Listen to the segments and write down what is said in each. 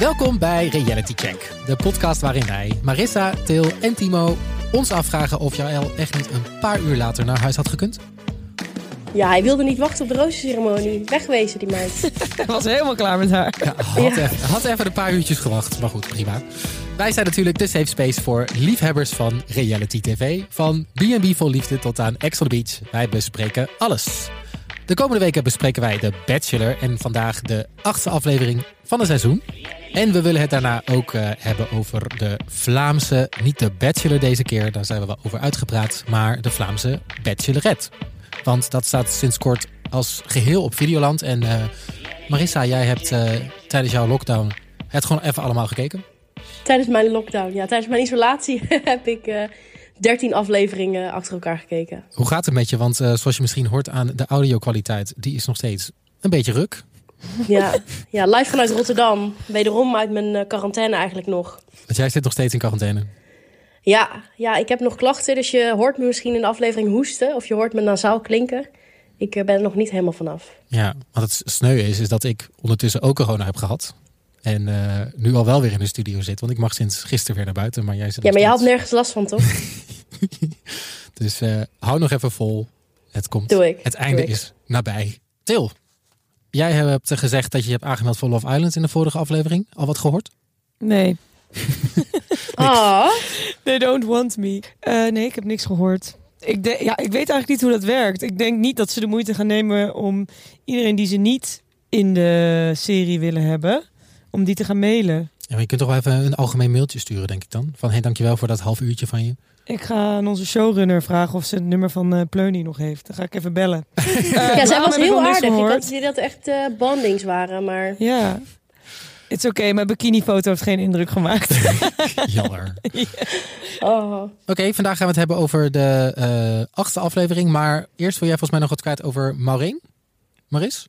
Welkom bij Reality Check, de podcast waarin wij, Marissa, Til en Timo, ons afvragen of Jaël echt niet een paar uur later naar huis had gekund. Ja, hij wilde niet wachten op de rozenceremonie. Wegwezen, die meid. Ik was helemaal klaar met haar. Ja, had, even, had even een paar uurtjes gewacht, maar goed, prima. Wij zijn natuurlijk de safe space voor liefhebbers van reality tv. Van B&B vol liefde tot aan Ex on the Beach. Wij bespreken alles. De komende weken bespreken wij The Bachelor en vandaag de achtste aflevering van het seizoen. En we willen het daarna ook eh, hebben over de Vlaamse, niet de Bachelor deze keer, daar zijn we wel over uitgepraat, maar de Vlaamse Bachelorette. Want dat staat sinds kort als geheel op Videoland. En eh, Marissa, jij hebt eh, tijdens jouw lockdown het gewoon even allemaal gekeken. tijdens mijn lockdown, ja, tijdens mijn isolatie heb ik eh 13 afleveringen achter elkaar gekeken. Hoe gaat het met je? Want eh, zoals je misschien hoort aan de audio-kwaliteit, die is nog steeds een beetje ruk. Ja, ja live vanuit Rotterdam. Wederom uit mijn eh, quarantaine eigenlijk nog. Want jij zit nog steeds in quarantaine. Ja, ja, ik heb nog klachten, dus je hoort me misschien in de aflevering hoesten. Of je hoort me nasaal klinken. Ik eh, ben er nog niet helemaal vanaf. Ja, wat het sneu is, is dat ik ondertussen ook corona heb gehad. En eh, nu al wel weer in de studio zit, want ik mag sinds gisteren weer naar buiten. Maar jij zit Ja, nog maar je had steeds. nergens last van, toch? Dus eh, hou nog even vol. Het komt. Doe ik. Het einde Doe ik. is nabij. Til, jij hebt gezegd dat je je hebt aangemeld voor Love Island in de vorige aflevering. Al wat gehoord? Nee. Ah, They don't want me. Eh, nee, ik heb niks gehoord. Ik, de- ja, ik weet eigenlijk niet hoe dat werkt. Ik denk niet dat ze de moeite gaan nemen om iedereen die ze niet in de serie willen hebben, om die te gaan mailen. Ja, maar je kunt toch wel even een algemeen mailtje sturen, denk ik dan. Van, hey, dankjewel voor dat half uurtje van je. Ik ga aan onze showrunner vragen of ze het nummer van eh Pleuny nog heeft. Dan ga ik even bellen. Eh, ja, zij waarom was heb ik heel nog niks aardig. Ik gehoord? had het idee dat het echt eh bandings waren, maar... Ja. It's oké, mijn bikinifoto heeft geen indruk gemaakt. Jammer. Oh. Oké, vandaag gaan we het hebben over de eh, achtste aflevering. Maar eerst wil jij volgens mij nog wat kwijt over Maureen. Maris?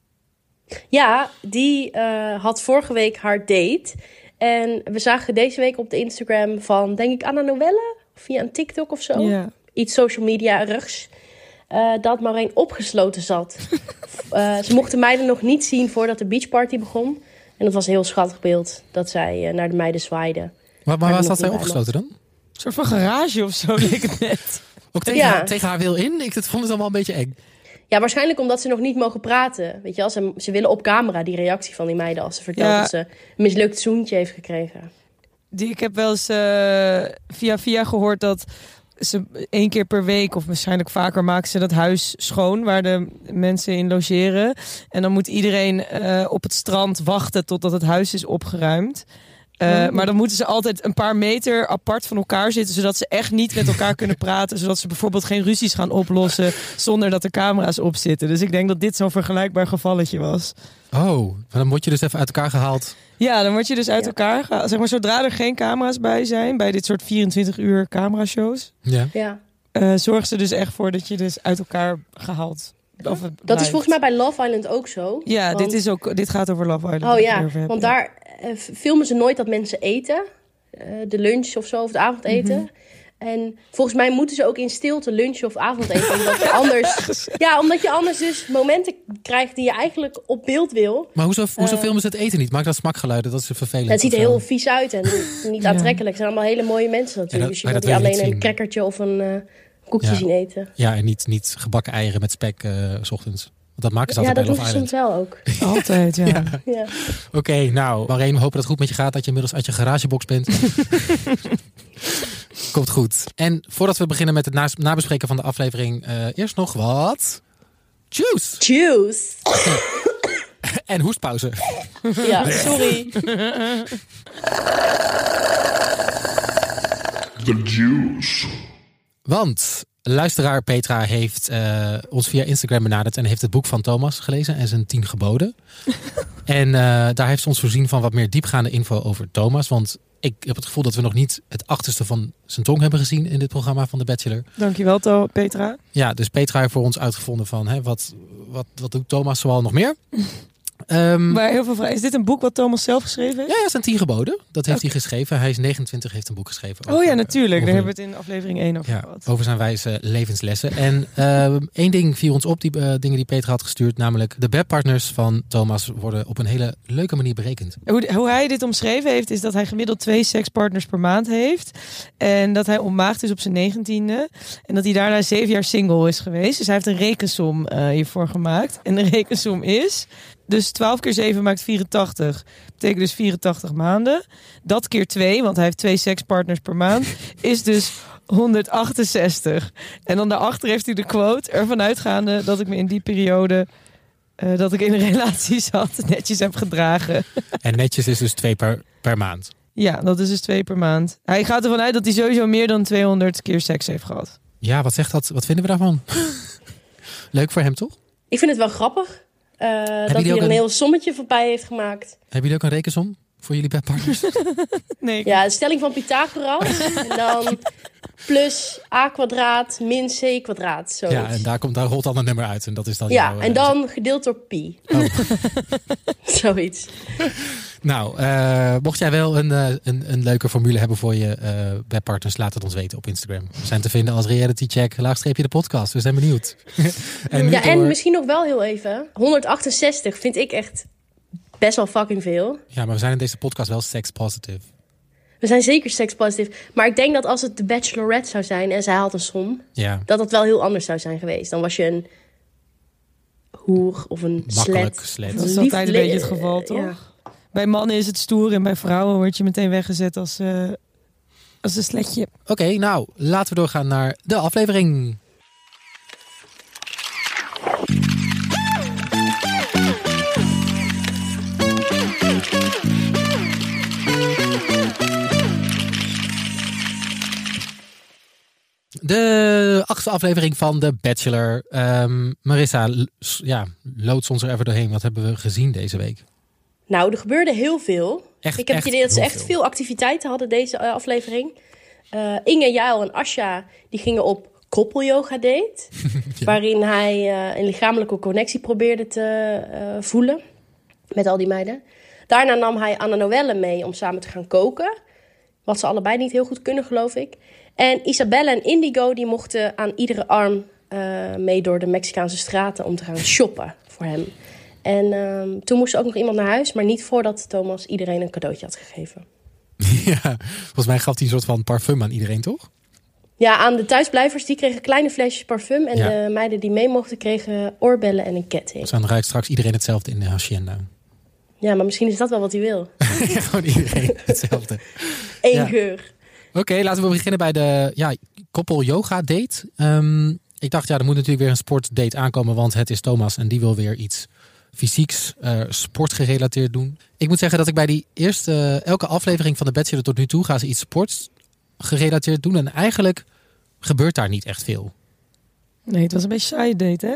Ja, die eh, had vorige week haar date. En we zagen deze week op de Instagram van, denk ik, Anna Novelle. Via een TikTok of zo. Ja. Iets social media rugs. eh, dat Maureen opgesloten zat. Eh, ze mochten meiden nog niet zien voordat de beachparty begon. En dat was een heel schattig beeld dat zij eh, naar de meiden zwaaide. Maar, maar ik waar nog staat zij niet bij opgesloten dan? Een soort van garage of zo, leek het net. Ook tegen, Ja. haar, tegen haar wil in? Ik dat vond het allemaal een beetje eng. Ja, waarschijnlijk omdat ze nog niet mogen praten. Weet je wel, ze, ze willen op camera die reactie van die meiden als ze vertelt Ja. dat ze een mislukt zoentje heeft gekregen. Die, ik heb wel eens eh, via via gehoord dat ze één keer per week of waarschijnlijk vaker maken ze dat huis schoon waar de mensen in logeren. En dan moet iedereen eh, op het strand wachten totdat het huis is opgeruimd. Eh, Maar dan moeten ze altijd een paar meter apart van elkaar zitten, zodat ze echt niet met elkaar kunnen praten. Zodat ze bijvoorbeeld geen ruzies gaan oplossen zonder dat de camera's op zitten. Dus ik denk dat dit zo'n vergelijkbaar gevalletje was. Oh, maar dan word je dus even uit elkaar gehaald. Ja, dan word je dus uit Ja. elkaar gehaald. Zeg maar, zodra er geen camera's bij zijn, bij dit soort 24 uur camerashows, Ja. Ja. eh zorgen ze dus echt voor dat je dus uit elkaar gehaald of het Dat blijft. is volgens mij bij Love Island ook zo. Ja, Want- dit, is ook, dit gaat over Love Island. waar Oh ik het over ja, heb, want ja. daar eh, f- filmen ze nooit dat mensen eten. Eh, de lunch of zo, of het avondeten. Mhm. En volgens mij moeten ze ook in stilte lunchen of avondeten. omdat, je anders, ja, omdat je anders dus momenten krijgt die je eigenlijk op beeld wil. Maar hoezo, hoezo filmen ze het eten niet? Maak dat smakgeluiden, dat is vervelend. Eh. Het ziet er Of, eh, heel vies uit en niet aantrekkelijk. Het zijn allemaal hele mooie mensen natuurlijk. dat- dus je maar wilt dat die wil je alleen niet een zien. crackertje of een eh, koekje Ja. zien eten. Ja, en niet, niet gebakken eieren met spek eh, s ochtends. Want dat maken ze Ja, altijd dat bij doen Love ze Island. soms wel ook. Altijd, ja. Ja. Oké, nou, Maureen, we hopen dat het goed met je gaat. Dat je inmiddels uit je garagebox bent. Komt goed. En voordat we beginnen met het nas- nabespreken van de aflevering, eh, eerst nog wat. Juice! Juice! En hoestpauze. Ja, sorry. The Juice. Want luisteraar Petra heeft eh, ons via Instagram benaderd en heeft het boek van Thomas gelezen en zijn tien geboden. en eh, daar heeft ze ons voorzien van wat meer diepgaande info over Thomas. Want ik heb het gevoel dat we nog niet het achterste van zijn tong hebben gezien in dit programma van The Bachelor. Dankjewel, To- Petra. Ja, dus Petra heeft voor ons uitgevonden van hè, wat, wat, wat doet Thomas zoal nog meer? Ehm, Maar heel veel vragen. Is dit een boek wat Thomas zelf geschreven heeft? ja, ja, zijn tien geboden. Dat heeft hij geschreven. Hij is 29, heeft een boek geschreven. oh over- ja, natuurlijk. over- Daar hebben we het in aflevering 1 over Ja, gehad. over zijn wijze levenslessen. En ehm, één ding viel ons op, die eh, dingen die Peter had gestuurd. Namelijk, de bedpartners van Thomas worden op een hele leuke manier berekend. Hoe, hoe hij dit omschreven heeft, is dat hij gemiddeld twee sekspartners per maand heeft. En dat hij ontmaagd is op zijn negentiende. En dat hij daarna zeven jaar single is geweest. Dus hij heeft een rekensom eh, hiervoor gemaakt. En de rekensom is... Dus 12 keer 7 maakt 84. Betekent dus 84 maanden. Dat keer 2, want hij heeft twee sekspartners per maand, is dus 168. En dan daarachter heeft hij de quote ervan uitgaande dat ik me in die periode eh, dat ik in een relatie zat, netjes heb gedragen. En netjes is dus twee per, per maand. Ja, dat is dus twee per maand. Hij gaat ervan uit dat hij sowieso meer dan 200 keer seks heeft gehad. Ja, wat zegt dat? Wat vinden we daarvan? Leuk voor hem, toch? Ik vind het wel grappig eh, dat jullie hij ook een, een- heel sommetje voorbij heeft gemaakt. Hebben jullie ook een rekensom voor jullie bedpartners? Nee, ik- Ja, de stelling van Pythagoras. en dan plus a kwadraat min c kwadraat. Zo. ja, en daar, komt, daar rolt dan een nummer uit. En dat is dan jouw, eh, en dan gedeeld door pi. Oh. Zoiets. Nou, eh, mocht jij wel een, eh, een, een leuke formule hebben voor je eh webpartners, laat het ons weten op Instagram. We zijn te vinden als Reality Check, laagstreepje de podcast. We zijn benieuwd. nu ja, en door- misschien nog wel heel even. 168 vind ik echt best wel fucking veel. ja, maar we zijn in deze podcast wel sex positive. We zijn zeker sekspositief. Maar ik denk dat als het de Bachelorette zou zijn en zij had een som, Ja, dat dat wel heel anders zou zijn geweest. Dan was je een hoer of een makkelijk slet. slet. dat is altijd een liefde- beetje het geval, eh, toch? ja. Bij mannen is het stoer en bij vrouwen word je meteen weggezet als, eh, als een sletje. Oké, nou, laten we doorgaan naar de aflevering. De achtste aflevering van The Bachelor. Ehm, Marissa, l- s- ja, loods ons er even doorheen. Wat hebben we gezien deze week? Nou, er gebeurde heel veel. Echt, ik heb echt het idee dat ze heel echt veel. veel activiteiten hadden deze eh, aflevering. Eh, Inge, Jael en Asja die gingen op koppelyoga date. Waarin hij eh, een lichamelijke connectie probeerde te eh, voelen met al die meiden. Daarna nam hij Anna Noelle mee om samen te gaan koken. Wat ze allebei niet heel goed kunnen, geloof ik. En Isabelle en Indigo die mochten aan iedere arm eh, mee door de Mexicaanse straten om te gaan shoppen voor hem. En ehm, toen moest er ook nog iemand naar huis, maar niet voordat Thomas iedereen een cadeautje had gegeven. ja, volgens mij gaf hij een soort van parfum aan iedereen, toch? Ja, aan de thuisblijvers die kregen kleine flesjes parfum. En Ja. de meiden die mee mochten kregen oorbellen en een ketting. Dus dan ruikt straks iedereen hetzelfde in de hacienda. Ja, maar misschien is dat wel wat hij wil. Gewoon iedereen hetzelfde. Eén Ja. geur. Oké, laten we beginnen bij de ja, koppel yoga date. Ehm, ik dacht, ja, er moet natuurlijk weer een sportdate aankomen, want het is Thomas en die wil weer iets fysieks, eh, sportgerelateerd doen. Ik moet zeggen dat ik bij die eerste, elke aflevering van de Bachelor tot nu toe gaan ze iets sportgerelateerd doen en eigenlijk gebeurt daar niet echt veel. Nee, het was een beetje saai date, hè?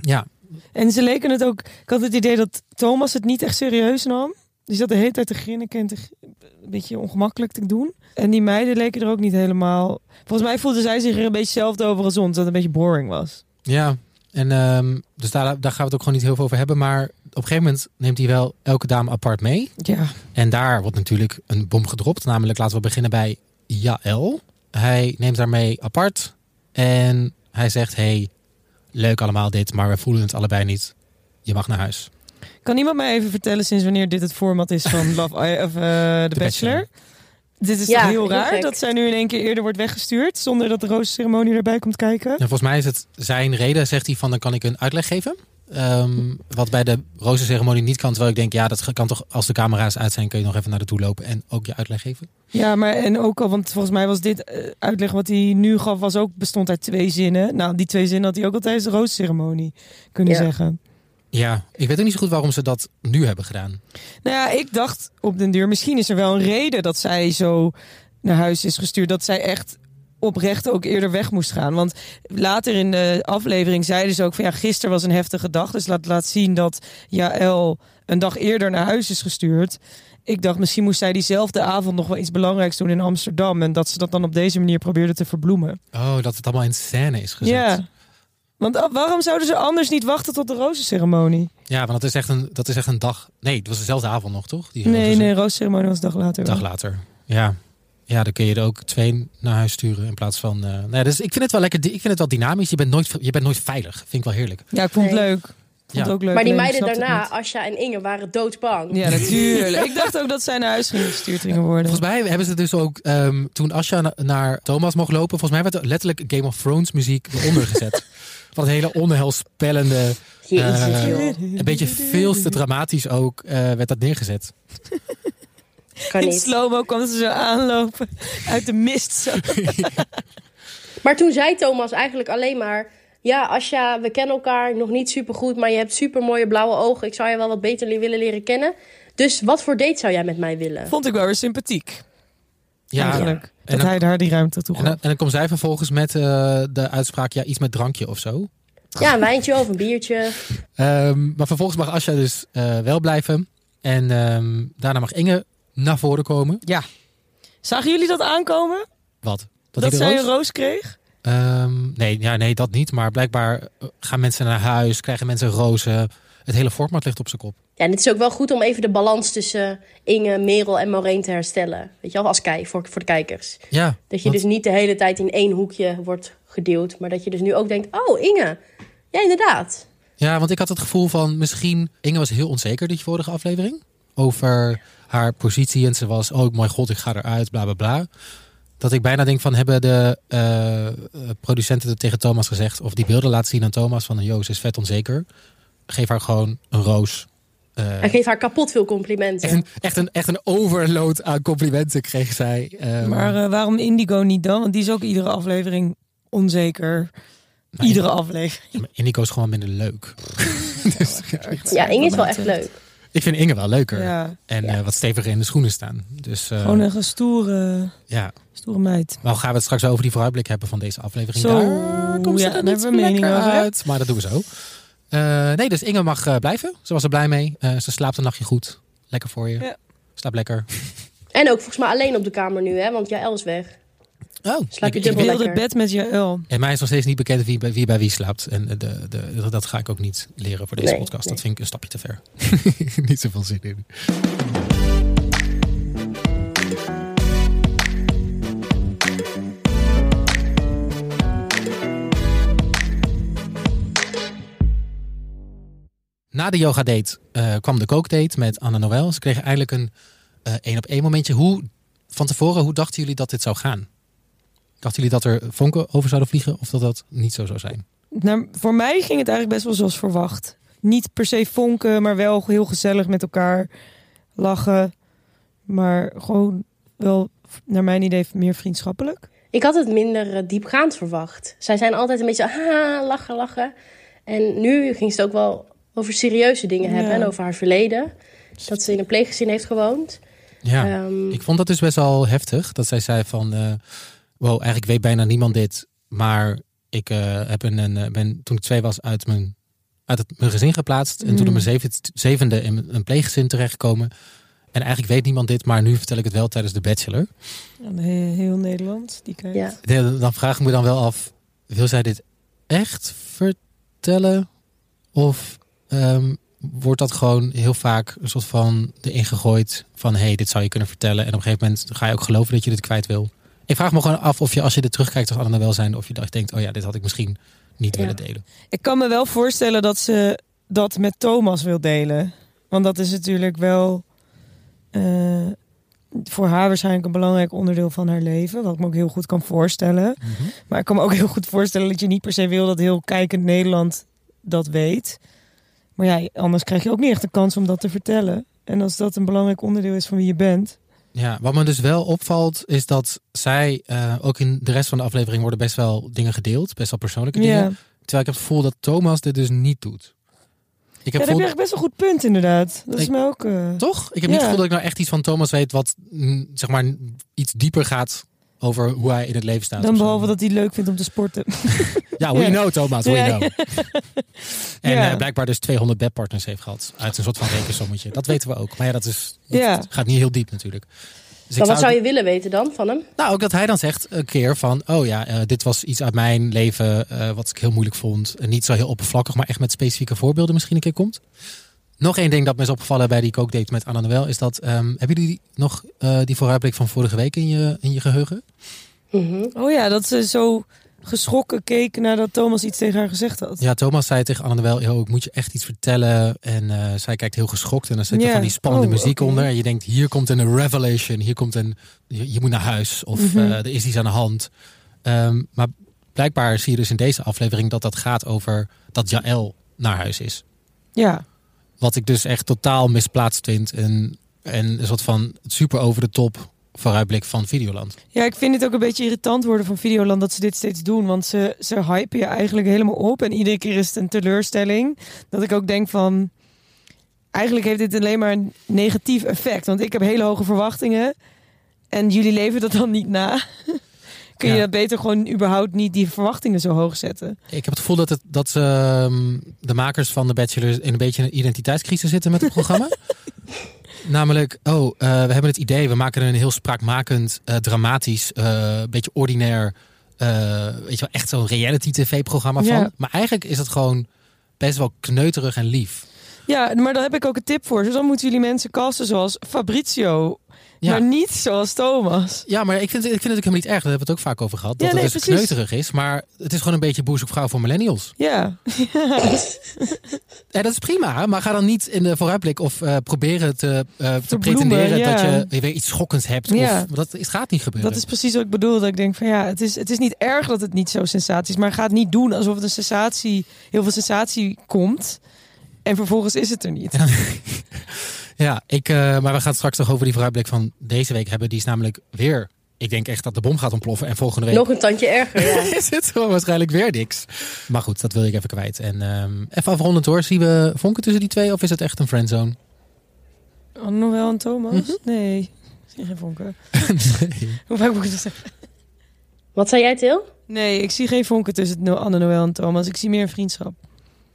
Ja, En ze leken het ook... Ik had het idee dat Thomas het niet echt serieus nam. Die zat de hele tijd te grinniken en te, g- een beetje ongemakkelijk te doen. En die meiden leken er ook niet helemaal... Volgens mij voelden zij zich er een beetje hetzelfde over als ons. Dat het een beetje boring was. ja. En ehm, dus daar, daar gaan we het ook gewoon niet heel veel over hebben, maar op een gegeven moment neemt hij wel elke dame apart mee. Ja, En daar wordt natuurlijk een bom gedropt. Namelijk, laten we beginnen bij Jaël. Hij neemt haar mee apart. En hij zegt: Hey, leuk allemaal dit, maar we voelen het allebei niet. Je mag naar huis. Kan iemand mij even vertellen sinds wanneer dit het format is van Love I- of, eh, The, The Bachelor? Bachelor. Dit is Ja, toch heel heel raar gek. dat zij nu in één keer eerder wordt weggestuurd zonder dat de rozenceremonie erbij komt kijken. En volgens mij is het zijn reden, zegt hij: van dan kan ik een uitleg geven. Ehm, wat bij de rozenceremonie niet kan. Terwijl ik denk: ja, dat kan toch als de camera's uit zijn, kun je nog even naar de toe lopen en ook je uitleg geven. Ja, maar en ook al, want volgens mij was dit eh, uitleg wat hij nu gaf, was ook bestond uit twee zinnen. Nou, die twee zinnen had hij ook al tijdens de rozenceremonie kunnen Ja. zeggen. Ja, ik weet ook niet zo goed waarom ze dat nu hebben gedaan. Nou ja, ik dacht op den duur, misschien is er wel een reden dat zij zo naar huis is gestuurd. Dat zij echt oprecht ook eerder weg moest gaan. Want later in de aflevering zeiden ze ook van ja, gisteren was een heftige dag. Dus laat, laat zien dat Jaël een dag eerder naar huis is gestuurd. Ik dacht, misschien moest zij diezelfde avond nog wel iets belangrijks doen in Amsterdam. En dat ze dat dan op deze manier probeerde te verbloemen. Oh, dat het allemaal in scène is gezet. Ja. Want ah, waarom zouden ze anders niet wachten tot de rozenceremonie? Ja, want dat is echt een, dat is echt een dag. Nee, het was dezelfde avond nog, toch? Die Nee, rozen- nee, rozenceremonie was een dag later. Een dag later. Ja. Ja, dan kun je er ook twee naar huis sturen in plaats van. eh, nou ja, dus ik vind het wel lekker. di- Ik vind het wel dynamisch. Je bent nooit, je bent nooit veilig. Vind ik wel heerlijk. Ja, ik vond het Nee. leuk. Ik vond het Ja. ook leuk. maar die alleen ik meiden snapte daarna, het Asja en Inge, waren doodsbang. niet. Ja, natuurlijk. ik dacht ook dat zij naar huis gingen gestuurd gingen worden. Volgens mij hebben ze dus ook ehm, toen Asja na- naar Thomas mocht lopen. Volgens mij werd er letterlijk Game of Thrones muziek eronder gezet. Van een hele onheilspellende, Jeetje, Eh, joh. een beetje veel te dramatisch ook, eh, werd dat neergezet. Kan In niet. slow-mo kwam ze zo aanlopen. Uit de mist. Zo. Maar toen zei Thomas eigenlijk alleen maar... Ja, Asja, we kennen elkaar nog niet super goed, maar je hebt super mooie blauwe ogen. Ik zou je wel wat beter le- willen leren kennen. Dus wat voor date zou jij met mij willen? Vond ik wel weer sympathiek. Ja, eigenlijk. En Dat dan- hij daar die ruimte toe En dan, gaf. en dan komt zij vervolgens met eh, de uitspraak, ja, iets met drankje of zo. Ja, een wijntje of een biertje. Ehm, maar vervolgens mag Asja dus eh, wel blijven. En ehm, daarna mag Inge naar voren komen. Zagen jullie dat aankomen? Wat? Dat, hij de zij roos- een roos kreeg? Ehm, nee, ja, nee, dat niet. Maar blijkbaar eh, gaan mensen naar huis, krijgen mensen rozen. Het hele format ligt op zijn kop. Ja, en het is ook wel goed om even de balans tussen Inge, Merel en Maureen te herstellen. Weet je wel, als kijk, voor, voor de kijkers. Ja, Dat je want- dus niet de hele tijd in één hoekje wordt gedeeld. Maar dat je dus nu ook denkt, oh Inge, ja inderdaad. ja, want ik had het gevoel van misschien... Inge was heel onzeker die vorige aflevering. Over haar positie. En ze was, oh mijn god, ik ga eruit, bla bla bla. Dat ik bijna denk van, hebben de eh, eh, producenten het tegen Thomas gezegd... of die beelden laten zien aan Thomas van, joh, ze is vet onzeker. Geef haar gewoon een roos. Eh, Hij geeft haar kapot veel echt, complimenten. een, echt, een, echt een overload aan complimenten kreeg zij. Ehm, Maar eh, waarom Indigo niet dan? Want die is ook iedere aflevering onzeker. maar iedere aflevering. Ja, maar Indigo is gewoon minder leuk. Dus, Ja, Inge is wel echt leuk. ik vind Inge wel leuker. Ja, En eh, wat steviger in de schoenen staan. Dus eh, gewoon een stoere, ja. stoere meid. Maar gaan we het straks over die vooruitblik hebben van deze aflevering. Zo, daar komt ze ja, er daar niet hebben we lekker mening over, hè? uit. Maar dat doen we zo. Eh, nee, dus Inge mag eh, blijven. Ze was er blij mee. Eh, ze slaapt een nachtje goed. Lekker voor je. Ja. Slaap lekker. En ook volgens mij alleen op de kamer nu, hè? Want Jaël is weg. Oh, Slaap je ik- ik- Ik dubbel. wilde lekker. bed met Jaël. En mij is nog steeds niet bekend wie bij wie, bij wie slaapt. En eh, de, de, dat- dat ga ik ook niet leren voor deze Nee, podcast. Dat nee. vind ik een stapje te ver. niet zoveel zin in. Na de yoga date eh, kwam de kookdate met Anna Noël. Ze kregen eigenlijk een eh, één op één momentje. Hoe, van tevoren, hoe dachten jullie dat dit zou gaan? Dachten jullie dat er vonken over zouden vliegen of dat dat niet zo zou zijn? Nou, voor mij ging het eigenlijk best wel zoals verwacht. Niet per se vonken, maar wel heel gezellig met elkaar. Lachen. Maar gewoon wel, naar mijn idee, meer vriendschappelijk. Ik had het minder eh, diepgaand verwacht. Zij zijn altijd een beetje ha, lachen, lachen. En nu ging ze het ook wel over serieuze dingen hebben. Ja. En over haar verleden. Dat ze in een pleeggezin heeft gewoond. Ja, Ehm, ik vond dat dus best wel heftig. Dat zij zei van, eh, wow, eigenlijk weet bijna niemand dit. Maar ik eh, heb een, een, eh, ben toen ik twee was uit mijn, uit het, mijn gezin geplaatst. En toen op Mm. mijn zevende, zevende in een pleeggezin terechtgekomen. En eigenlijk weet niemand dit, maar nu vertel ik het wel tijdens de bachelor. Aan heel, heel Nederland, die kijkt. Ja. De- Dan vraag ik me dan wel af, wil zij dit echt vertellen? Of ehm, wordt dat gewoon heel vaak een soort van erin gegooid van... hé, hey, dit zou je kunnen vertellen. En op een gegeven moment ga je ook geloven dat je dit kwijt wil. Ik vraag me gewoon af of je als je dit terugkijkt als Anna Welzijn... of je dacht, denkt, oh ja, dit had ik misschien niet Ja. willen delen. Ik kan me wel voorstellen dat ze dat met Thomas wil delen. Want dat is natuurlijk wel eh, voor haar waarschijnlijk een belangrijk onderdeel van haar leven. Wat ik me ook heel goed kan voorstellen. Maar ik kan me ook heel goed voorstellen dat je niet per se wil dat heel kijkend Nederland dat weet. Maar ja, anders krijg je ook niet echt de kans om dat te vertellen. En als dat een belangrijk onderdeel is van wie je bent. Ja, wat me dus wel opvalt is dat zij... eh, ook in de rest van de aflevering worden best wel dingen gedeeld. Best wel persoonlijke dingen. Ja, Terwijl ik heb het gevoel dat Thomas dit dus niet doet. Ik heb ja daar gevoel- heb je echt best wel goed punt inderdaad. Dat is Ik- mij ook... eh, Toch? Ik heb niet Ja. het gevoel dat ik nou echt iets van Thomas weet wat mm, zeg maar iets dieper gaat over hoe hij in het leven staat. dan of zo. behalve dat hij het leuk vindt om te sporten. Ja, we Ja. know Thomas, we Ja. know. En Ja. eh, blijkbaar dus 200 bedpartners heeft gehad uit een soort van rekensommetje. Dat weten we ook. Maar ja, dat is, dat Ja. gaat niet heel diep natuurlijk. Dus Maar wat zou ook- je willen weten dan van hem? Nou, ook dat hij dan zegt een keer van... oh ja, eh, dit was iets uit mijn leven eh, wat ik heel moeilijk vond. En niet zo heel oppervlakkig, maar echt met specifieke voorbeelden misschien een keer komt. Nog één ding dat me is opgevallen bij die kookdate met Anna Noël... is dat, ehm, hebben jullie nog eh, die vooruitblik van vorige week in je, in je geheugen? Mhm. Oh ja, dat ze zo geschrokken keek nadat Thomas iets tegen haar gezegd had. Ja, Thomas zei tegen Anne wel, "Yo, ik moet je echt iets vertellen. En eh, zij kijkt heel geschokt. En dan zet je Ja. van die spannende Oh, muziek oké. onder. En je denkt, hier komt een revelation. Hier komt een, je, je moet naar huis. Of Mhm. eh, er is iets aan de hand. Ehm, maar blijkbaar zie je dus in deze aflevering dat dat gaat over dat Jaël naar huis is. Ja. Wat ik dus echt totaal misplaatst vind. En, en een soort van super over de top vooruitblik van Videoland. Ja, ik vind het ook een beetje irritant worden van Videoland dat ze dit steeds doen. Want ze, ze hypen je eigenlijk helemaal op. En iedere keer is het een teleurstelling. Dat ik ook denk van... Eigenlijk heeft dit alleen maar een negatief effect. Want ik heb hele hoge verwachtingen. En jullie leven dat dan niet na. Kun je Ja. dat beter gewoon überhaupt niet die verwachtingen zo hoog zetten? Ik heb het gevoel dat, het, dat ehm, de makers van The Bachelor in een beetje een identiteitscrisis zitten met het programma. Namelijk, oh, eh, we hebben het idee, we maken een heel spraakmakend, eh, dramatisch, eh, beetje ordinair, eh, weet je wel, echt zo'n reality tv-programma van. Ja. Maar eigenlijk is het gewoon best wel kneuterig en lief. Ja, maar daar heb ik ook een tip voor. Dus dan moeten jullie mensen casten zoals Fabrizio. Ja. Maar niet zoals Thomas. Ja, maar ik vind, het- ik vind het ook helemaal niet erg. Daar hebben we het ook vaak over gehad. Dat Ja, nee, het dus precies. kneuterig is. Maar het is gewoon een beetje boer zoekt vrouw voor millennials. Ja. Ja, dat is prima, maar ga dan niet in de vooruitblik of eh, proberen te, eh, te Verbloemen, pretenderen ja. dat je weer iets schokkends hebt. Ja. Of, dat is, gaat niet gebeuren. Dat is precies wat ik bedoel. Dat ik denk van ja, het is, het is niet erg dat het niet zo sensatie is. Maar ga het niet doen alsof het een sensatie, heel veel sensatie komt. En vervolgens is het er niet. Ja, ik, eh, maar we gaan het straks nog over die vooruitblik van deze week hebben. Die is namelijk weer, ik denk echt dat de bom gaat ontploffen. En volgende week Nog een tandje erger, ja. is het gewoon waarschijnlijk weer niks. Maar goed, dat wil ik even kwijt. En ehm, even afrondend hoor, zien we vonken tussen die twee of is het echt een friendzone? Oh, nog wel een Thomas? Nee. Zie geen vonken. Nee. Hoe vaak moet ik dat zeggen? Wat zei jij, Til? Nee, ik zie geen vonken tussen No- Anne Noël en Thomas. Ik zie meer een vriendschap.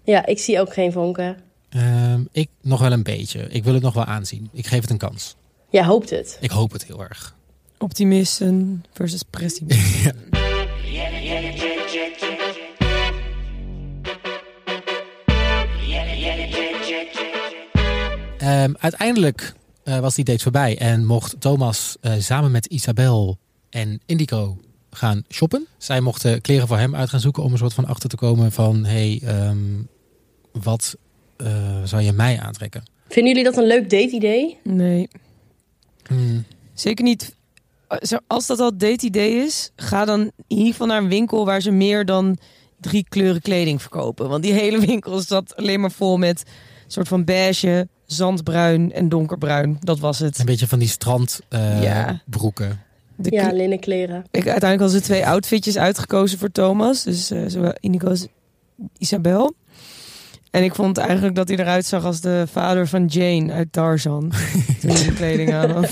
Ja, ik zie ook geen vonken. Ehm, ik nog wel een beetje. Ik wil het nog wel aanzien. Ik geef het een kans. Jij hoopt het. Ik hoop het heel erg. Optimisten versus pessimisten. Ehm, uiteindelijk eh, was die date voorbij en mocht Thomas eh, samen met Isabel en Indico gaan shoppen. Zij mochten kleren voor hem uit gaan zoeken om een soort van achter te komen van... hey, ehm, wat eh, zou je mij aantrekken? Vinden jullie dat een leuk date-idee? Nee. Hmm, Zeker niet. Eh, Zo- Als dat al het date-idee is, ga dan in ieder geval naar een winkel waar ze meer dan drie kleuren kleding verkopen. Want die hele winkel zat alleen maar vol met soort van beige, zandbruin en donkerbruin. Dat was het. een beetje van die eh, Ja. strandbroeken. De Ja, kle- linnen kleren. ik, uiteindelijk hadden ze twee outfitjes uitgekozen voor Thomas. Dus eh, zowel Indigo als Isabel. En ik vond eigenlijk dat hij eruit zag als de vader van Jane uit Tarzan. Toen hij de kleding aan had.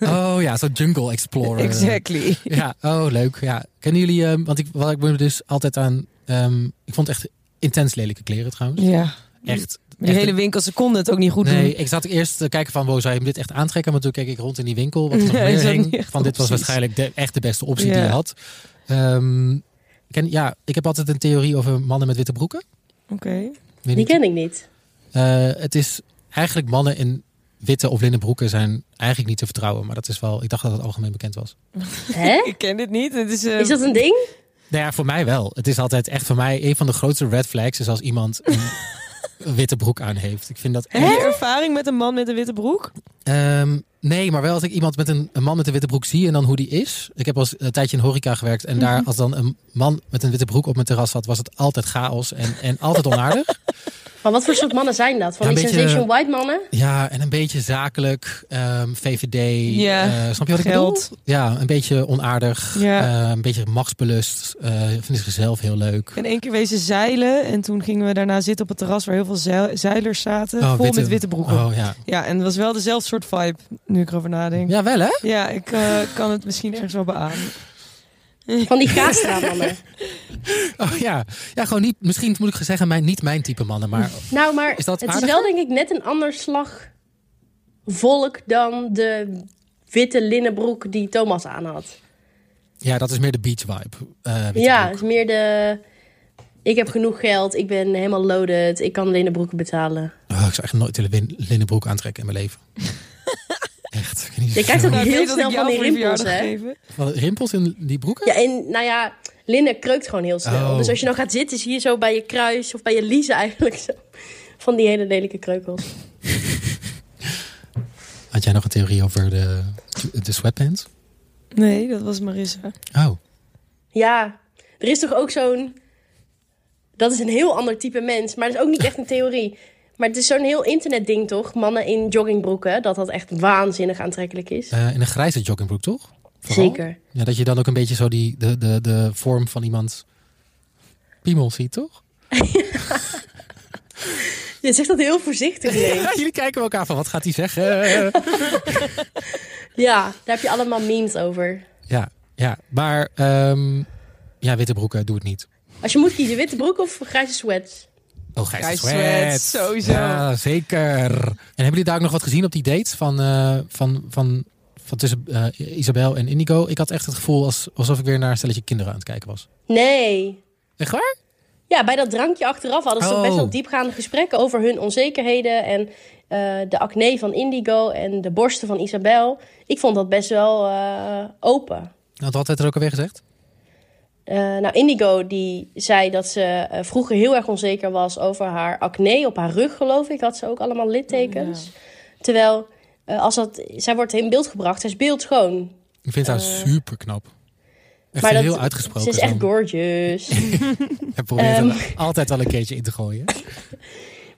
oh ja, zo'n jungle explorer. Exactly. Ja, oh leuk. Ja. Kennen jullie, ehm, want ik, wat ik me dus altijd aan... ehm, ik vond echt intens lelijke kleren trouwens. Ja. Echt Die Echt- hele winkel, ze konden het ook niet goed nee, doen. ik zat eerst te kijken van, wow, zou je hem dit echt aantrekken? Maar toen keek ik rond in die winkel, wat er nog Nee, meer is dat hing. niet echt Van, dit was opties? waarschijnlijk de, echt de beste optie Ja. die je had. Ehm, ik ken, ja, ik heb altijd een theorie over mannen met witte broeken. Oké. Ik weet Die niet- ken ik niet. Eh, het is eigenlijk mannen in witte of linnen broeken zijn eigenlijk niet te vertrouwen. Maar dat is wel, ik dacht dat het algemeen bekend was. Hè? Ik ken dit niet. Het is, eh, Is dat een ding? Nou ja, voor mij wel. Het is altijd echt voor mij een van de grootste red flags is als iemand een, een witte broek aan heeft. Ik vind dat Heb je ervaring met een man met een witte broek? Ehm, nee, maar wel als ik iemand met een, een man met een witte broek zie en dan hoe die is. Ik heb als een tijdje in horeca gewerkt en daar Mhm. als dan een man met een witte broek op mijn terras zat, was het altijd chaos en, en altijd onaardig. Maar wat voor soort mannen zijn dat? Van Ja, een die beetje- eh, Sensation White mannen? ja, en een beetje zakelijk, ehm, VVD. Ja, eh, snap je wat geld. ik bedoel? Ja, een beetje onaardig, Ja. eh, een beetje machtsbelust. eh vindt zichzelf heel leuk. Ik ben één keer wezen zeilen en toen gingen we daarna zitten op het terras waar heel veel zeil- zeilers zaten. Oh, vol met witte broeken. Oh ja. Ja, en het was wel dezelfde soort vibe, nu ik erover nadenk. Ja, Ja, wel hè? ik eh, kan het misschien ergens wel beamen. Van die kaastra mannen. Oh ja. Ja, gewoon niet, misschien moet ik zeggen, mijn, niet mijn type mannen, maar Nou, maar Is dat het is aardiger? wel denk ik net een ander slag volk dan de witte linnen broek die Thomas aan had. Ja, dat is meer de beach vibe. eh, witte ja, broek. het is meer de... Ik heb genoeg geld, ik ben helemaal loaded, ik kan linnenbroeken betalen. Oh, ik zou echt nooit een lin- linnenbroek aantrekken in mijn leven. echt. Ik weet niet Je krijgt zo- ook- Nou, ik Heel weet dat snel ik jou van die voor je rimpels, verjaardag hè? gegeven. Wat, rimpels in die broeken? Ja, en nou ja, linnen kreukt gewoon heel snel. Oh. Dus als je nou gaat zitten, zie je zo bij je kruis of bij je liezen eigenlijk zo. Van die hele lelijke kreukels. Had jij nog een theorie over de, de sweatpants? Nee, dat was Marissa. Oh, Ja, er is toch ook zo'n... Dat is een heel ander type mens, maar dat is ook niet echt een theorie. Maar het is zo'n heel internetding toch? Mannen in joggingbroeken, dat dat echt waanzinnig aantrekkelijk is. eh, in een grijze joggingbroek, toch? Vooral? Zeker. Ja, dat je dan ook een beetje zo die, de, de, de vorm van iemands piemel ziet, toch? Je zegt dat heel voorzichtig. Leen. jullie kijken elkaar van, wat gaat hij zeggen? ja, daar heb je allemaal memes over. ja, ja, maar ehm, ja, witte broeken, doe het niet. Als je moet kiezen, witte broek of grijze sweats? Oh, grijze, Grijze sweat. sweat, sowieso. Ja, zeker. En hebben jullie daar ook nog wat gezien op die dates van, eh, van, van, van tussen eh, Isabel en Indigo? Ik had echt het gevoel als, alsof ik weer naar een stelletje kinderen aan het kijken was. Nee. Echt waar? Ja, bij dat drankje achteraf hadden ze toch best Oh. wel diepgaande gesprekken over hun onzekerheden en eh, de acne van Indigo en de borsten van Isabel. Ik vond dat best wel eh, open. Nou, wat werd er ook alweer gezegd? Eh, nou, Indigo die zei dat ze eh, vroeger heel erg onzeker was over haar acne op haar rug, geloof ik. Had ze ook allemaal littekens. Oh, Terwijl, eh, als dat, zij wordt in beeld gebracht, zij is beeldschoon. Ik vind haar super knap. Echt Eh, maar dat- heel uitgesproken. Ze is echt zo'n- gorgeous. Hij probeert Ehm. er altijd al een keertje in te gooien.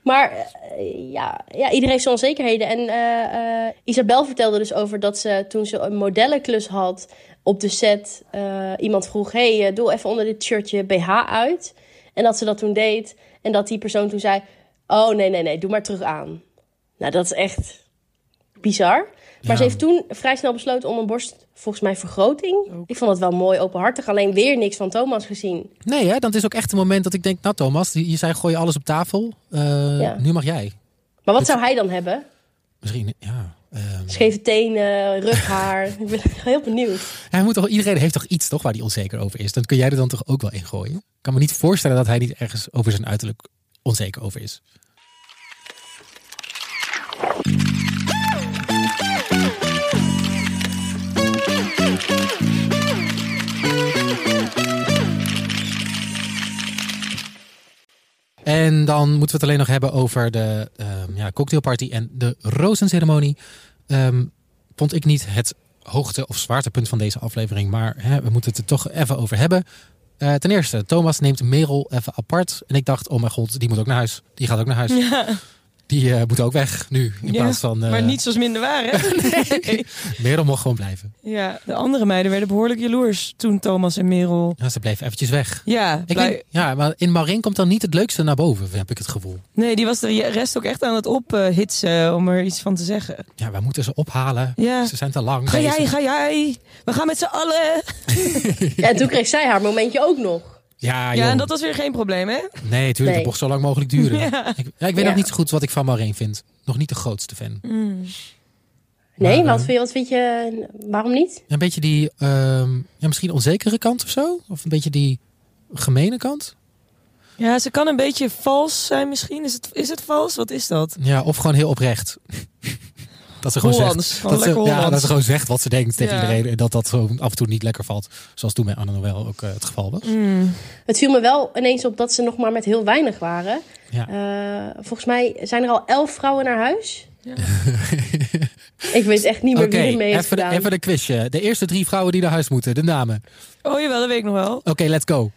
Maar eh, ja, ja, iedereen heeft zijn onzekerheden. En eh, eh, Isabel vertelde dus over dat ze toen ze een modellenklus had op de set... eh, iemand vroeg, hey, eh, doe even onder dit shirtje BH uit. En dat ze dat toen deed. En dat die persoon toen zei, oh nee, nee, nee, doe maar terug aan. Nou, dat is echt bizar. Maar Ja. ze heeft toen vrij snel besloten om een borst, volgens mij, vergroting. Ik vond dat wel mooi openhartig. Alleen weer niks van Thomas gezien. Nee, hè? dat is ook echt het moment dat ik denk... Nou Thomas, je zei gooi alles op tafel. Eh, Ja. Nu mag jij. Maar wat zou hij dan hebben? Misschien, ja. ehm, Scheve tenen, rughaar. ik ben heel benieuwd. hij moet toch, iedereen heeft toch iets toch waar hij onzeker over is. Dan kun jij er dan toch ook wel in gooien. Ik kan me niet voorstellen dat hij niet ergens over zijn uiterlijk onzeker over is. En dan moeten we het alleen nog hebben over de ehm, ja, cocktailparty en de rozenceremonie. Ehm, vond ik niet het hoogte- of zwaartepunt van deze aflevering. Maar hè, we moeten het er toch even over hebben. Eh, ten eerste, Thomas neemt Merel even apart. En ik dacht, oh mijn god, die moet ook naar huis. Die gaat ook naar huis. Ja, Die eh, moet ook weg nu. In Ja, plaats van. eh, maar niet zoals minder waar, hè? Merel mocht gewoon blijven. Ja, de andere meiden werden behoorlijk jaloers toen Thomas en Merel... Ja, ze bleef eventjes weg. Ja, Ik blij- weet- ja, maar in Marin komt dan niet het leukste naar boven, heb ik het gevoel. nee, die was de rest ook echt aan het ophitsen eh, om er iets van te zeggen. Ja, wij moeten ze ophalen. Ja. Ze Ah, zijn te lang. Ga bezig. jij, ga jij. We gaan met z'n allen. Ja, en toen kreeg zij haar momentje ook nog. Ja, Ja, joh. en dat was weer geen probleem, hè? Nee, natuurlijk. Nee. Dat mocht zo lang mogelijk duren. Ja. Ik, ja, ik weet Ja. nog niet zo goed wat ik van Maureen vind. Nog niet de grootste fan. Mm. Nee, Maar, wat, vind je, wat vind je... Waarom niet? Een beetje die, ehm, ja, misschien onzekere kant of zo? Of een beetje die gemene kant? Ja, ze kan een beetje vals zijn misschien. Is het, is het vals? Wat is dat? Ja, of gewoon heel oprecht. dat ze gewoon Hollands. zegt... Gewoon Dat ze, lekker ja, dat Hollands. ze gewoon zegt wat ze denkt tegen Ja. iedereen. En dat dat zo af en toe niet lekker valt. Zoals toen bij Anne Noël ook eh, het geval was. Het viel me wel ineens op dat ze nog maar met heel weinig waren. Ja. Eh, volgens mij zijn er al elf vrouwen naar huis. Mm. Ik weet echt niet meer Oké, wie ermee heeft even, de- gedaan. even de quizje. De eerste drie vrouwen die naar huis moeten. De namen. Oh jawel, dat weet ik nog wel. Oké, let's go.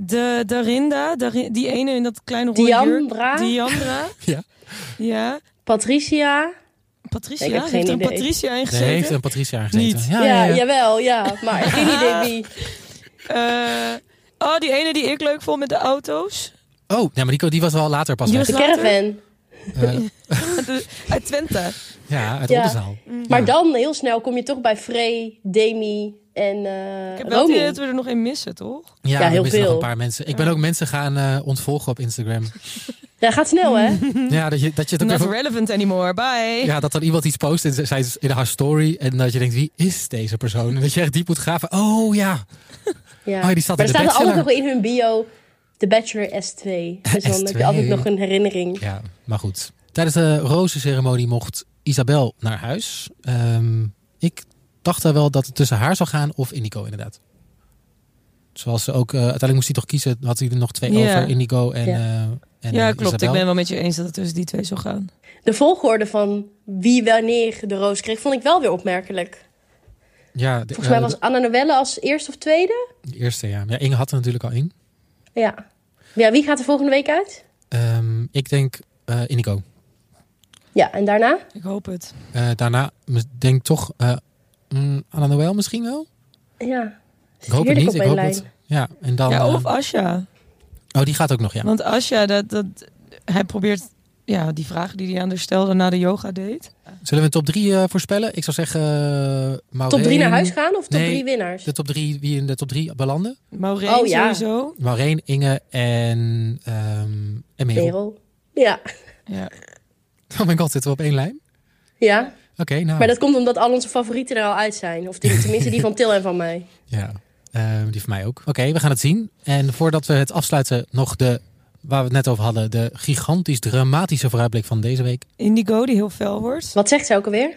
De Darinda, Dari- die ene in dat kleine rode Diandra. jurk. Diandra. Ja. Ja. Patricia. Patricia. Ik heb geen heeft er een idee. Patricia in Er heeft gezeten? een Patricia aangezeten. Niet. Ja, jawel, ja. Maar geen idee wie. Eh, oh, die ene die ik leuk vond met de auto's. Oh, nee, maar die, die was wel later pas Die weg. De Later. caravan. Eh, De- uit Twente. ja, uit Ja. Oldenzaal. Maar dan heel snel kom je toch bij Frey, Demi en eh, Ik heb wel het idee Romy. dat we er nog één missen, toch? Ja, Ja, er heel missen nog veel. een paar mensen. Ik ben ook mensen gaan eh, ontvolgen op Instagram. Ja, gaat snel hè? Ja, dat je, dat je het ook Not even- relevant anymore, bye. Ja, dat dan iemand iets post en ze- zij is in haar story. En dat je denkt, wie is deze persoon? En dat je echt diep moet graven. Oh ja, Ja. Oh, die staat maar in er de staat er altijd Bachelor. nog in hun bio The Bachelor S2. Dus dan heb S2. je altijd nog een herinnering. Ja, maar goed. Tijdens de rozenceremonie mocht Isabel naar huis. Ehm, ik dacht daar wel dat het tussen haar zou gaan of Indigo inderdaad. Zoals ze ook, eh, uiteindelijk moest hij toch kiezen. Had hij er nog twee Ja. over, Indigo en, Ja. eh, en Ja, eh, klopt. Isabel. Ik ben wel met je eens dat het tussen die twee zou gaan. De volgorde van wie wanneer de roos kreeg, vond ik wel weer opmerkelijk. Ja, de, Volgens mij eh, was Anna Noelle als eerste of tweede. de eerste, ja. ja. Inge had er natuurlijk al één. Ja. Ja, wie gaat er volgende week uit? Ehm, ik denk eh, Indigo. Ja, en daarna? Ik hoop het. Eh, daarna mis- denk ik toch eh mm, Anna Noël misschien wel. Ja. Ik hoop het Heerlijk niet. op Ik één hoop lijn. het. Ja, en dan. ja, of eh, Asja. oh, die gaat ook nog, ja. Want Asja, dat, dat, hij probeert ja, die vragen die hij aan haar stelde na de yoga deed. Zullen we een top 3 voorspellen? Ik zou zeggen. eh Top drie Maureen. naar huis gaan of top Nee. drie winnaars? De top 3, wie in de top 3 belanden? Maureen Oh, ja. sowieso. Maureen, Inge en. ehm en Merel. Merel. Ja. Ja. Oh mijn god, zitten we op één lijn? Ja. Oké, nou. Maar dat komt omdat al onze favorieten er al uit zijn. Of die- tenminste die van Til en van mij. Ja, ehm, die van mij ook. Oké, we gaan het zien. En voordat we het afsluiten, nog de. Waar we het net over hadden, de gigantisch dramatische vooruitblik van deze week. Indigo, die heel fel wordt. Wat zegt ze ook alweer?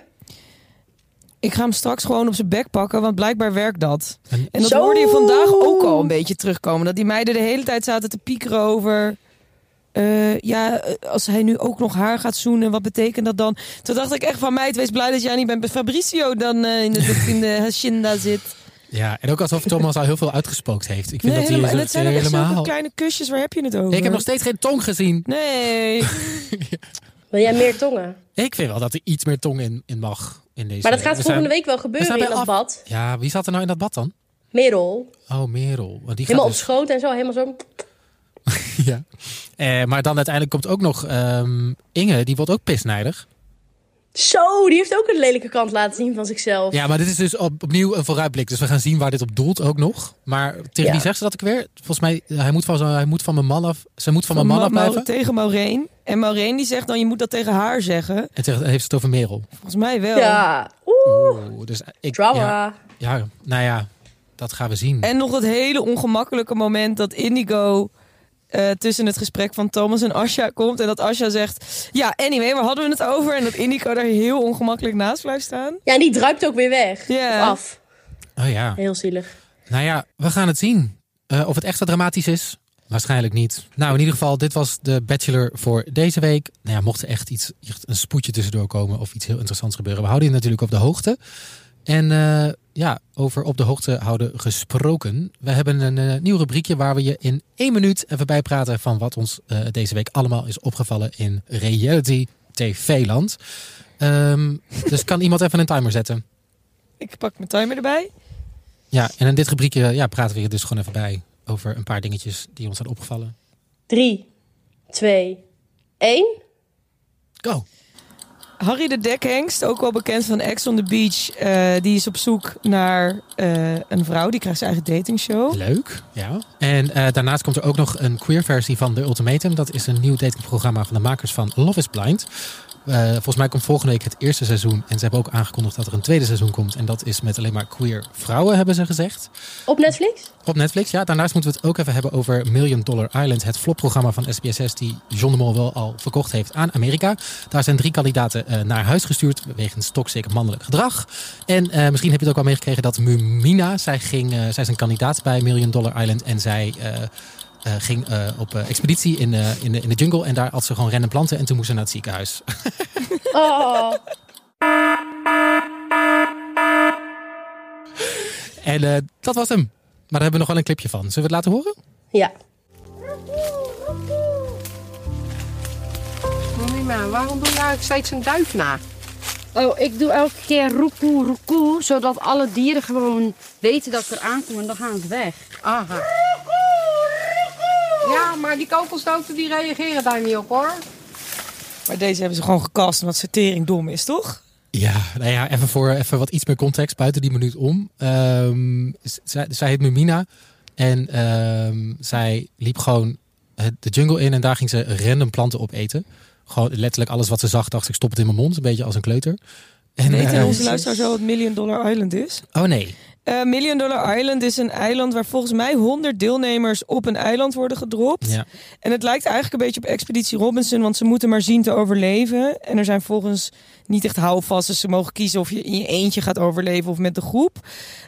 Ik ga hem straks gewoon op zijn bek pakken, want blijkbaar werkt dat. En- En dat Zo. hoorde je vandaag ook al een beetje terugkomen. Dat die meiden de hele tijd zaten te piekeren over... eh, ja, eh, als hij nu ook nog haar gaat zoenen, wat betekent dat dan? Toen dacht ik echt van meid, wees blij dat jij niet bent bij Fabrizio dan eh, in, de, in de hacienda zit. Ja, en ook alsof Thomas al heel veel uitgespookt heeft. Ik vind dat Nee, hij helemaal- en zo- het zijn ook echt zulke helemaal. kleine kusjes, waar heb je het over? Ik heb nog steeds geen tong gezien. Nee. Wil jij meer tongen? Ik vind wel dat er iets meer tong in, in mag in deze. Maar dat gaat We volgende zijn- week wel gebeuren zijn in bij dat af- bad. Ja, wie zat er nou in dat bad dan? Merel. Oh, Merel. Want die gaat Helemaal op dus- schoot en zo. Helemaal zo. ja. Eh, maar dan uiteindelijk komt ook nog ehm, Inge, die wordt ook pisnijdig. Zo, die heeft ook een lelijke kant laten zien van zichzelf. Ja, maar dit is dus op, opnieuw een vooruitblik. Dus we gaan zien waar dit op doelt ook nog. Maar tegen Ja. wie zegt ze dat ik weer? Volgens mij, eh, hij moet van, zijn- hij moet van mijn man af. Ze moet van, Van mijn man Ma- af Maure- blijven. tegen Maureen. En Maureen die zegt dan, je moet dat tegen haar zeggen. En tegen, heeft ze het over Merel. Volgens mij wel. Ja. Oeh, Oeh, dus ik, drama. Ja, ja, nou ja, dat gaan we zien. En nog dat hele ongemakkelijke moment dat Indigo eh, tussen het gesprek van Thomas en Asja komt. En dat Asja zegt, ja, anyway, waar hadden we het over? En dat Indigo daar heel ongemakkelijk naast blijft staan. Ja, en die druipt ook weer weg. Ja. Of Af. Oh ja. Heel zielig. Nou ja, we gaan het zien. Eh, of het echt zo dramatisch is? Waarschijnlijk niet. Nou, in ieder geval, dit was de Bachelor voor deze week. Nou ja, mocht er echt iets, echt een spoedje tussendoor komen of iets heel interessants gebeuren, we houden je natuurlijk op de hoogte. En eh, ja, over op de hoogte houden gesproken. We hebben een eh, nieuw rubriekje waar we je in één minuut even bijpraten van wat ons eh, deze week allemaal is opgevallen in reality TV-land. Ehm, dus kan iemand even een timer zetten? Ik pak mijn timer erbij. Ja, en in dit rubriekje ja, praten we je dus gewoon even bij over een paar dingetjes die ons zijn opgevallen. Drie, twee, één. Go! Harry de Dekhengst, ook wel bekend van Ex on the Beach, eh, die is op zoek naar eh, een vrouw. Die krijgt zijn eigen datingshow. Leuk. Ja. En eh, daarnaast komt er ook nog een queer versie van The Ultimatum. Dat is een nieuw datingprogramma van de makers van Love is Blind. Eh, volgens mij komt volgende week het eerste seizoen. En ze hebben ook aangekondigd dat er een tweede seizoen komt. En dat is met alleen maar queer vrouwen, hebben ze gezegd. Op Netflix? Op Netflix, ja. Daarnaast moeten we het ook even hebben over Million Dollar Island. Het flopprogramma van SBS6 die John de Mol wel al verkocht heeft aan Amerika. Daar zijn drie kandidaten eh, naar huis gestuurd wegens toxic mannelijk gedrag. En eh, misschien heb je het ook al meegekregen dat Mumina, zij, ging, eh, zij is een kandidaat bij Million Dollar Island. En zij eh, eh, ging eh, op eh, expeditie in, eh, in, de, in de jungle. En daar had ze gewoon random planten en toen moest ze naar het ziekenhuis. Oh, en eh, dat was hem. Maar daar hebben we nog wel een clipje van. Zullen we het laten horen? ja. Mima, waarom doe je eigenlijk steeds een duif na? Oh, ik doe elke keer roekoe, roekoe, zodat alle dieren gewoon weten dat ik er aankom en dan gaan ze weg. Aha. Ja, maar die kogelstoten die reageren daar niet op hoor. Maar deze hebben ze gewoon gekast omdat ze tering dom is, toch? Ja, nou ja, even voor even wat iets meer context buiten die minuut om. Ehm, z- zij, zij heet Mumina en ehm, zij liep gewoon het- de jungle in en daar ging ze random planten opeten. Gewoon letterlijk alles wat ze zag, dacht ik stop het in mijn mond, een beetje als een kleuter. En, Weten ehm, onze luisteraars wel wat Million Dollar Island is? oh nee, Eh, Million Dollar Island is een eiland waar volgens mij 100 deelnemers op een eiland worden gedropt. ja. En het lijkt eigenlijk een beetje op Expeditie Robinson, want ze moeten maar zien te overleven. En er zijn volgens niet echt houvast, dus ze mogen kiezen of je in je eentje gaat overleven of met de groep.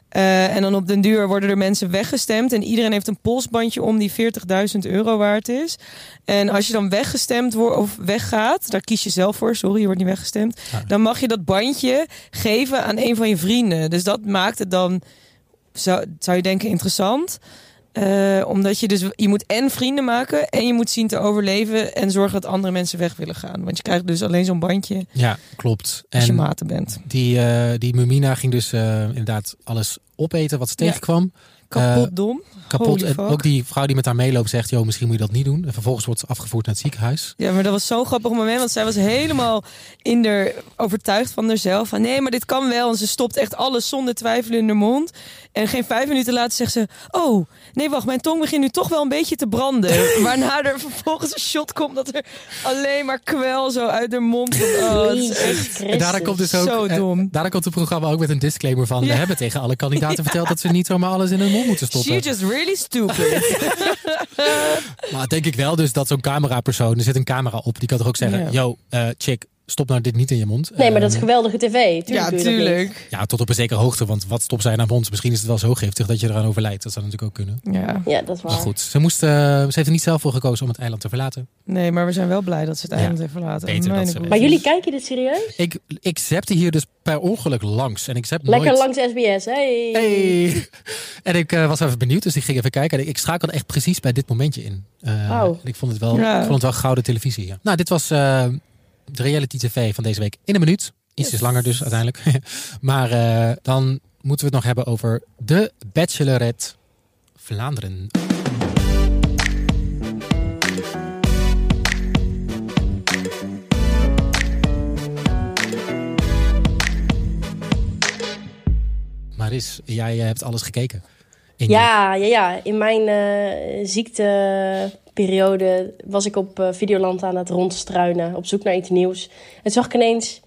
Eh, en dan op den duur worden er mensen weggestemd en iedereen heeft een polsbandje om die 40.000 euro waard is. En als je dan weggestemd wordt of weggaat, daar kies je zelf voor, sorry, je wordt niet weggestemd, dan mag je dat bandje geven aan een van je vrienden. Dus dat maakt het dan, zou, zou je denken, interessant. Eh, omdat je dus, je moet en vrienden maken en je moet zien te overleven en zorgen dat andere mensen weg willen gaan. Want je krijgt dus alleen zo'n bandje ja, klopt. als je En- maten bent. Die, eh, die Mumina ging dus eh, inderdaad alles opeten wat ze Ja. tegenkwam. Eh, Kapot dom. Kapot. Holy En fuck. ook die vrouw die met haar meeloopt zegt, joh, misschien moet je dat niet doen. En vervolgens wordt ze afgevoerd naar het ziekenhuis. Ja, maar dat was zo'n grappig moment, want zij was helemaal in haar, overtuigd van haarzelf. Van nee, maar dit kan wel. En ze stopt echt alles zonder twijfel in haar mond. En geen vijf minuten later zegt ze, oh, nee wacht, mijn tong begint nu toch wel een beetje te branden. Waarna er vervolgens een shot komt dat er alleen maar kwel zo uit haar mond komt. Oh, het is Jezus echt En Christus. daarna komt dus ook, Zo eh, dom. daarna komt het programma ook met een disclaimer van, we Ja. hebben tegen alle kandidaten verteld dat ze niet zomaar alles in hun mond moeten stoppen. She just really stupid. Maar denk ik wel dus dat zo'n camerapersoon, er zit een camera op, die kan toch ook zeggen, Ja. yo, eh, chick, stop nou dit niet in je mond. Nee, maar dat is Ehm, geweldige tv. Tuurlijk doe je dat niet. Ja, tot op een zekere hoogte, want wat stopt zij naar mond? Misschien is het wel zo giftig dat je eraan overlijdt. Dat zou natuurlijk ook kunnen. Ja. Ja, dat is waar. Maar goed, ze, moest, eh, ze heeft er niet zelf voor gekozen om het eiland te verlaten. Nee, maar we zijn wel blij dat ze het Ja, eiland heeft verlaten. beter dat Mijn ze god. weg Maar jullie kijken dit serieus? Ik, ik zapte hier dus per ongeluk langs. En ik zap Lekker nooit... langs SBS, hey. Hey. En ik eh, was even benieuwd, dus ik ging even kijken. En ik schakelde echt precies bij dit momentje in. Eh, Wauw. en ik vond het wel, Ja. ik vond het wel gouden televisie. Ja. Nou, dit was eh, de reality tv van deze week in een minuut. Iets is langer dus uiteindelijk. maar eh, dan moeten we het nog hebben over de Bachelorette Vlaanderen. Maris, jij eh, hebt alles gekeken. In je- Ja, ja, ja. In mijn eh, ziekteperiode was ik op eh, Videoland aan het rondstruinen. Op zoek naar iets nieuws. En zag ik ineens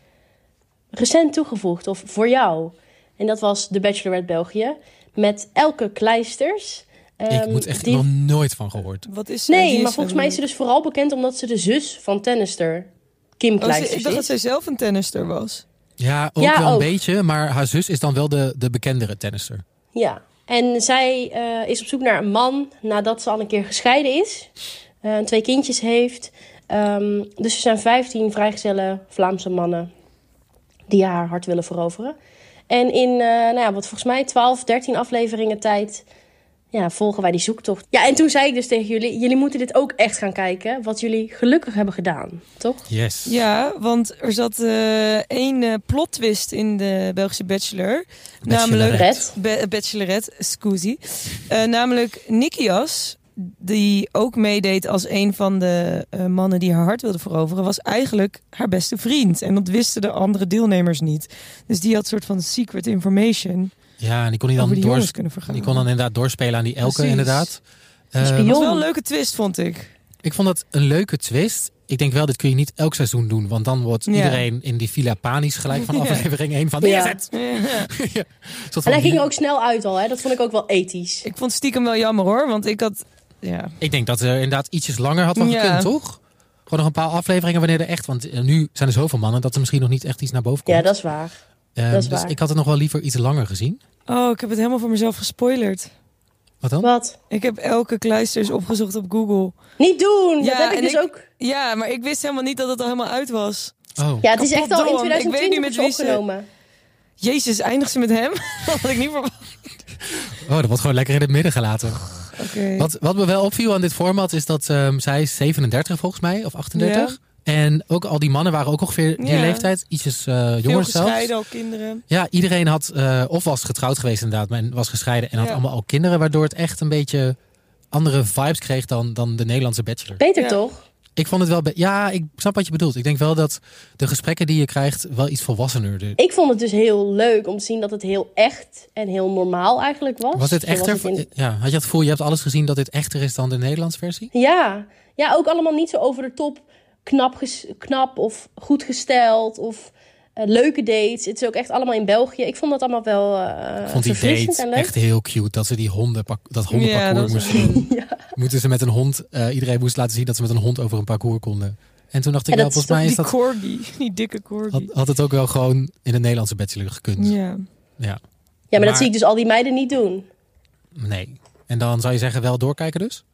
recent toegevoegd, of voor jou. En dat was The Bachelorette België. Met Elke Kleisters. ik Ehm, moet echt die- nog nooit van gehoord. Wat is ze? Die Nee, is maar volgens mij is ze een- dus vooral bekend omdat ze de zus van tennister Kim Oh, ze- Kleisters ik dacht dat is. zij zelf een tennister was. Ja, ook Ja, wel een ook. beetje. Maar haar zus is dan wel de, de bekendere tennister. Ja, en zij eh, is op zoek naar een man nadat ze al een keer gescheiden is. Eh, twee kindjes heeft. Ehm, dus er zijn 15 vrijgezelle Vlaamse mannen die haar hart willen veroveren. En in, eh, nou ja, wat volgens mij 12, 13 afleveringen tijd ja, volgen wij die zoektocht. Ja, en toen zei ik dus tegen jullie, jullie moeten dit ook echt gaan kijken. Wat jullie gelukkig hebben gedaan, toch? Yes. Ja, want er zat eh, één eh, plot twist in de Belgische Bachelor. Namelijk Red. Ba- Bachelorette, scusi. Eh, namelijk Nikias, die ook meedeed als een van de eh, mannen die haar hart wilde veroveren, was eigenlijk haar beste vriend. En dat wisten de andere deelnemers niet. Dus die had een soort van secret information. Ja, en die kon hij over dan, die doors, jongens kunnen vergaan. die kon dan inderdaad doorspelen aan die Elke, Precies. inderdaad. Eh, spion. Dat was wel een leuke twist, vond ik. ik vond dat een leuke twist. Ik denk wel, dit kun je niet elk seizoen doen. Want dan wordt Ja. iedereen in die villa panisch gelijk van Ja. aflevering 1 van... Ja. Ja. Een soort van En hij ging die- er ook snel uit al, hè? Dat vond ik ook wel ethisch. Oh, Ik vond stiekem wel jammer hoor, want ik had... Ja, Ik denk dat er inderdaad ietsjes langer had van Ja. gekund, toch? Gewoon nog een paar afleveringen wanneer er echt... Want eh, nu zijn er zoveel mannen dat er misschien nog niet echt iets naar boven komt. Ja, dat is waar. Ehm, dat is dus waar. ik had het nog wel liever iets langer gezien. Oh, ik heb het helemaal voor mezelf gespoilerd. Wat Oh. dan? Wat? Ik heb elke kleisters opgezocht op Google. Niet doen! Ja, dat heb ik en dus ik- ook... Ja, maar ik wist helemaal niet dat het al helemaal uit was. Oh, Ja, het is echt al in Kapot dom. Ik 2020 weet niet met is wie ze- opgenomen. Jezus, eindigt ze met hem? Dat had ik niet verwacht. oh, dat wordt gewoon lekker in het midden gelaten. Oké. Wat, wat me wel opviel aan dit format is dat ehm, zij is 37 volgens mij, of 38. En ook al die mannen waren ook ongeveer die Ja. leeftijd, ietsjes eh, Veel jonger zelfs. gescheiden al kinderen. Ja, iedereen had eh, of was getrouwd geweest inderdaad, maar was gescheiden en had Ja. allemaal al kinderen, waardoor het echt een beetje andere vibes kreeg dan, dan de Nederlandse Bachelor. Beter Ja. toch? Ik vond het wel. be- Ja, ik snap wat je bedoelt. Ik denk wel dat de gesprekken die je krijgt wel iets volwassener. de- Ik vond het dus heel leuk om te zien dat het heel echt en heel normaal eigenlijk was. Was het Zo was echter? het in- Ja, had je het gevoel, je hebt alles gezien dat dit echter is dan de Nederlandse versie? Ja. ja, ook allemaal niet zo over de top knap, ges- knap of goed gesteld of eh, leuke dates. Het is ook echt allemaal in België. Ik vond dat allemaal wel eh Ik vond die verfrissend date en leuk. echt heel cute. Dat ze die honden, dat hondenparcours dat was moesten doen. Moeten ze met een hond, eh, iedereen moest laten zien dat ze met een hond over een parcours konden. En toen dacht ik, En wel, dat is volgens mij is Die dat, corgi, die dikke corgi. had, had het ook wel gewoon in de Nederlandse bachelor gekund. Ja. Ja. Ja, maar, Maar- dat zie ik dus al die meiden niet doen. Nee. En dan zou je zeggen, wel doorkijken dus?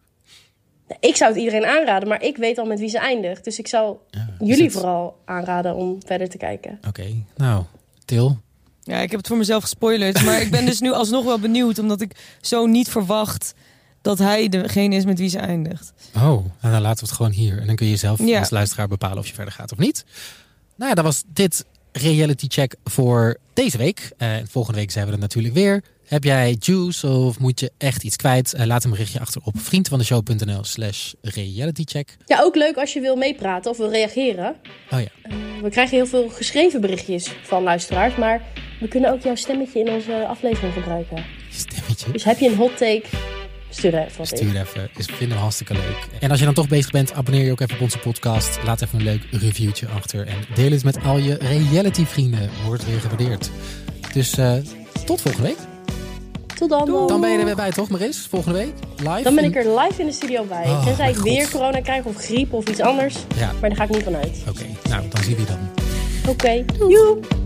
Ik zou het iedereen aanraden, maar ik weet al met wie ze eindigt. Dus ik zou jullie het- vooral aanraden om verder te kijken. Oké, nou, Til. ja, ik heb het voor mezelf gespoilerd. Maar ik ben dus nu alsnog wel benieuwd, omdat ik zo niet verwacht dat hij degene is met wie ze eindigt. Oh, en dan laten we het gewoon hier. En dan kun je zelf Ja. als luisteraar bepalen of je verder gaat of niet. Nou ja, dat was dit reality check voor deze week. Eh, volgende week zijn we er natuurlijk weer. Heb jij juice of moet je echt iets kwijt? Eh, laat een berichtje achter op vriendvandeshow.nl slash realitycheck. Ja, ook leuk als je wil meepraten of wil reageren. Oh ja, We krijgen heel veel geschreven berichtjes van luisteraars, maar we kunnen ook jouw stemmetje in onze aflevering gebruiken. stemmetje. Dus heb je een hot take, stuur er even wat in. Stuur even. Is vinden we hartstikke leuk. En als je dan toch bezig bent, abonneer je ook even op onze podcast. Laat even een leuk reviewtje achter. En deel het met al je reality vrienden. Wordt weer gewaardeerd. Dus eh, tot volgende week. Tot dan. Dan ben je er weer bij, toch, Maris? Volgende week? Live? Dan ben ik In- er live in de studio bij. Oh, Tenzij mijn ik weer God. corona krijg of griep of iets anders. Ja. Maar daar ga ik niet van uit. Oké, nou, dan zien we je dan. Oké. Joep.